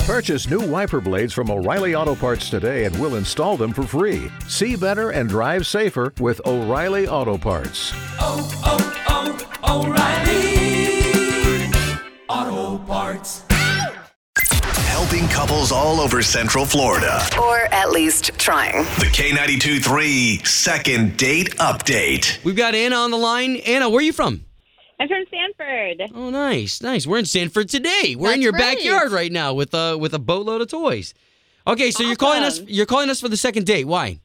Purchase new wiper blades from O'Reilly Auto Parts today and we'll install them for free. See better and drive safer with O'Reilly Auto Parts. oh, oh, O'Reilly Auto Parts. Helping couples all over Central Florida. Or at least trying. The K92 3 Second Date Update. We've got Anna on the line. Anna, where are you from? I'm from Stanford. Oh, nice, nice. We're in Sanford today. We're in That's your right. backyard right now with a with a boatload of toys. Okay, so you're calling us. Awesome. You're calling us for the second date. Why?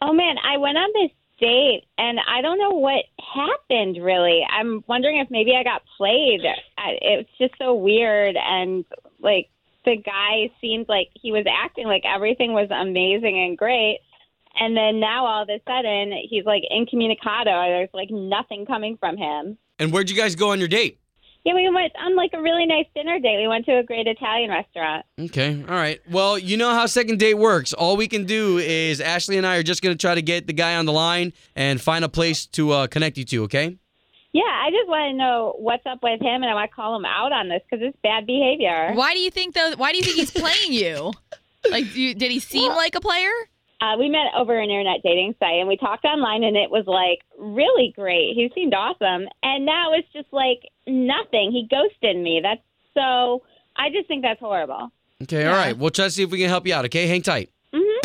Oh man, I went on this date and I don't know what happened really. I'm wondering if maybe I got played. I- It's just so weird and like the guy seemed like he was acting like everything was amazing and great. And then now all of a sudden he's like incommunicado. There's like nothing coming from him. And where'd you guys go on your date? Yeah, we went on like a really nice dinner date. We went to a great Italian restaurant. Okay, all right. Well, you know how second date works. All we can do is Ashley and I are just gonna try to get the guy on the line and find a place to uh, connect you to. Okay. Yeah, I just want to know what's up with him and I want to call him out on this because it's bad behavior. Why do you think though? Why do you think he's playing you? Like, do you, did he seem like a player? Uh, we met over an internet dating site and we talked online, and it was like really great. He seemed awesome. And now it's just like nothing. He ghosted me. That's so, I just think that's horrible. Okay. All right. We'll try to see if we can help you out. Okay. Hang tight. Mm-hmm.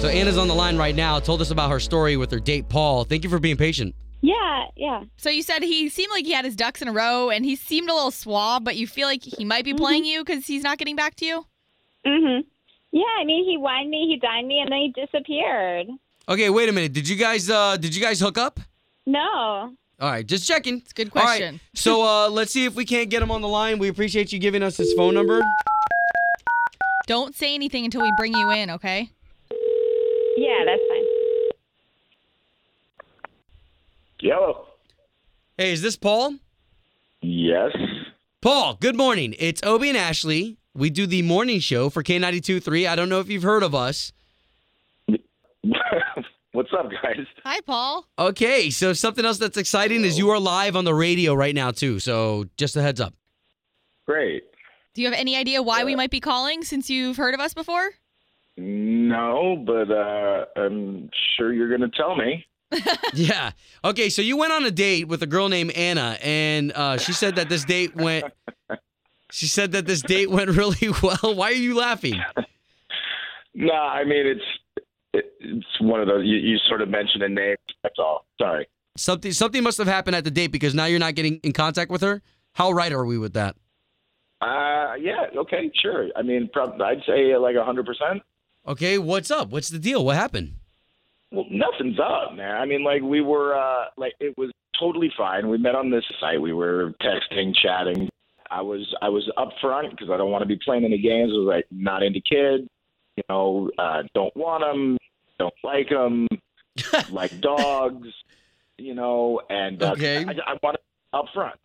So Anna's on the line right now. Told us about her story with her date Paul. Thank you for being patient. Yeah, yeah. So you said he seemed like he had his ducks in a row, and he seemed a little suave, but you feel like he might be playing you because he's not getting back to you. hmm Mm-hmm. Yeah, I mean, he whined me, he dined me, and then he disappeared. Okay, wait a minute. Did you guys uh did you guys hook up? No. All right, just checking. It's a good All right, question. so uh let's see if we can't get him on the line. We appreciate you giving us his phone number. Don't say anything until we bring you in, okay? Yeah, that's fine. Yellow. Hey, is this Paul? Yes. Paul, good morning. It's Obie and Ashley. We do the morning show for K92.3. I don't know if you've heard of us. What's up, guys? Hi, Paul. Okay, so something else that's exciting is you are live on the radio right now too. So just a heads up. Great. Do you have any idea why we might be calling since you've heard of us before? No, but uh, I'm sure you're going to tell me. yeah. Okay, so you went on a date with a girl named Anna, and uh, she said that this date went. She said that this date went really well. Why are you laughing? No, I mean it's it, it's one of those. You, you sort of mentioned a name. That's all. Sorry. Something something must have happened at the date because now you're not getting in contact with her. How right are we with that? Uh, yeah. Okay. Sure. I mean, prob- I'd say like a hundred percent. Okay, what's up? What's the deal? What happened? Well, nothing's up, man. I mean, like we were, uh, like it was totally fine. We met on this site. We were texting, chatting. I was, I was upfront because I don't want to be playing any games. I was like, not into kids. You know, uh, don't want them. Don't like them. like dogs. You know, and uh, Okay. I, I want it upfront.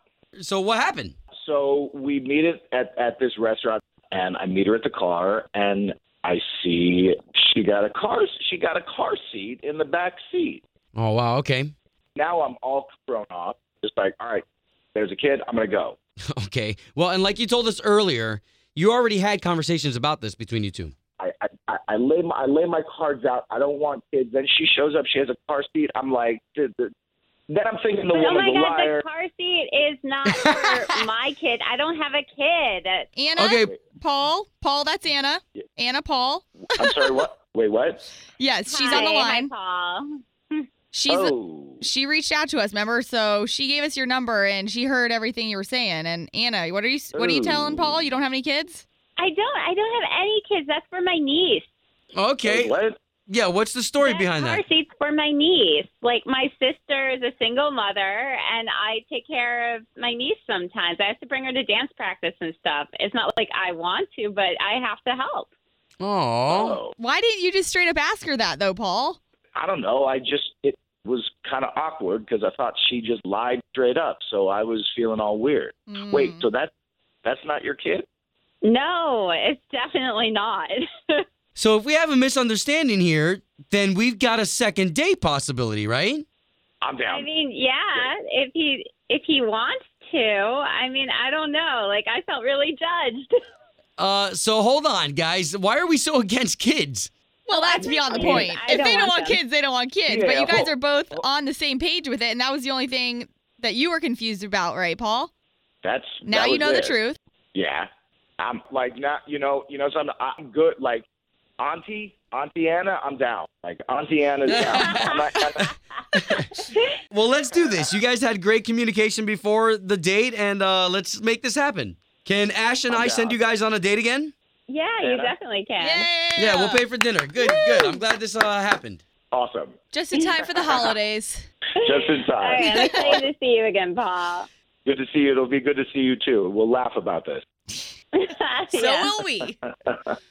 So what happened? So we meet it at at this restaurant, and I meet her at the car, and I see she got a car. She got a car seat in the back seat Oh wow, okay. now I'm all thrown off. Just like, all right, there's a kid. I'm gonna go. Okay. Well, and like you told us earlier, you already had conversations about this between you two. I I, I- I lay my I lay my cards out. I don't want kids. Then she shows up. She has a car seat. I'm like, dude, the- then I'm thinking the But, oh woman's my a God, liar. the car seat is not for my kid. I don't have a kid. Anna, Okay, Paul, Paul, that's Anna. Anna, Paul. I'm sorry. What? Wait, what? Yes, she's on the Hi, hi, line. Paul. She's oh, she reached out to us, remember? So she gave us your number and she heard everything you were saying. And Anna, what are you what are you telling Ooh. Paul? You don't have any kids? I don't. I don't have any kids. That's for my niece. okay. Wait, what? Yeah, what's the story behind car that? seats for my niece. Like my sister is a single mother, and I take care of my niece sometimes. I have to bring her to dance practice and stuff. It's not like I want to, but I have to help. Oh. Oh, Why didn't you just straight up ask her that though, Paul? I don't know. I just it was kind of awkward because I thought she just lied straight up. So I was feeling all weird. Wait, Mm. so that that's not your kid? No, it's definitely not. So if we have a misunderstanding here, then we've got a second date possibility, right? I'm down. I mean, yeah, if he if he wants to. I mean, I don't know. Like, I felt really judged. Uh, so hold on, guys. Why are we so against kids? Well, that's beyond the I mean, point. I If don't they don't want want them. kids, they don't want kids. but Yeah, you guys well- are both on the same page with it, and that was the only thing that you were confused about, right, Paul? That's Now that you was know the it. truth. Yeah, I'm like not you know you know something. I'm good like Auntie Auntie Anna. I'm down. Like Auntie Anna's down. I'm not, I'm not- Well, let's do this. You guys had great communication before the date, and uh, let's make this happen. Can Ash and I send you guys on a date again? Yeah, you definitely can. Yeah. Yeah, we'll pay for dinner. Good, good. I'm glad this uh, happened. awesome. Just in time for the holidays. Just in All time. right, I'm excited to see you again, Paul. Good to see you. It'll be good to see you too. We'll laugh about this. Yeah. So will we.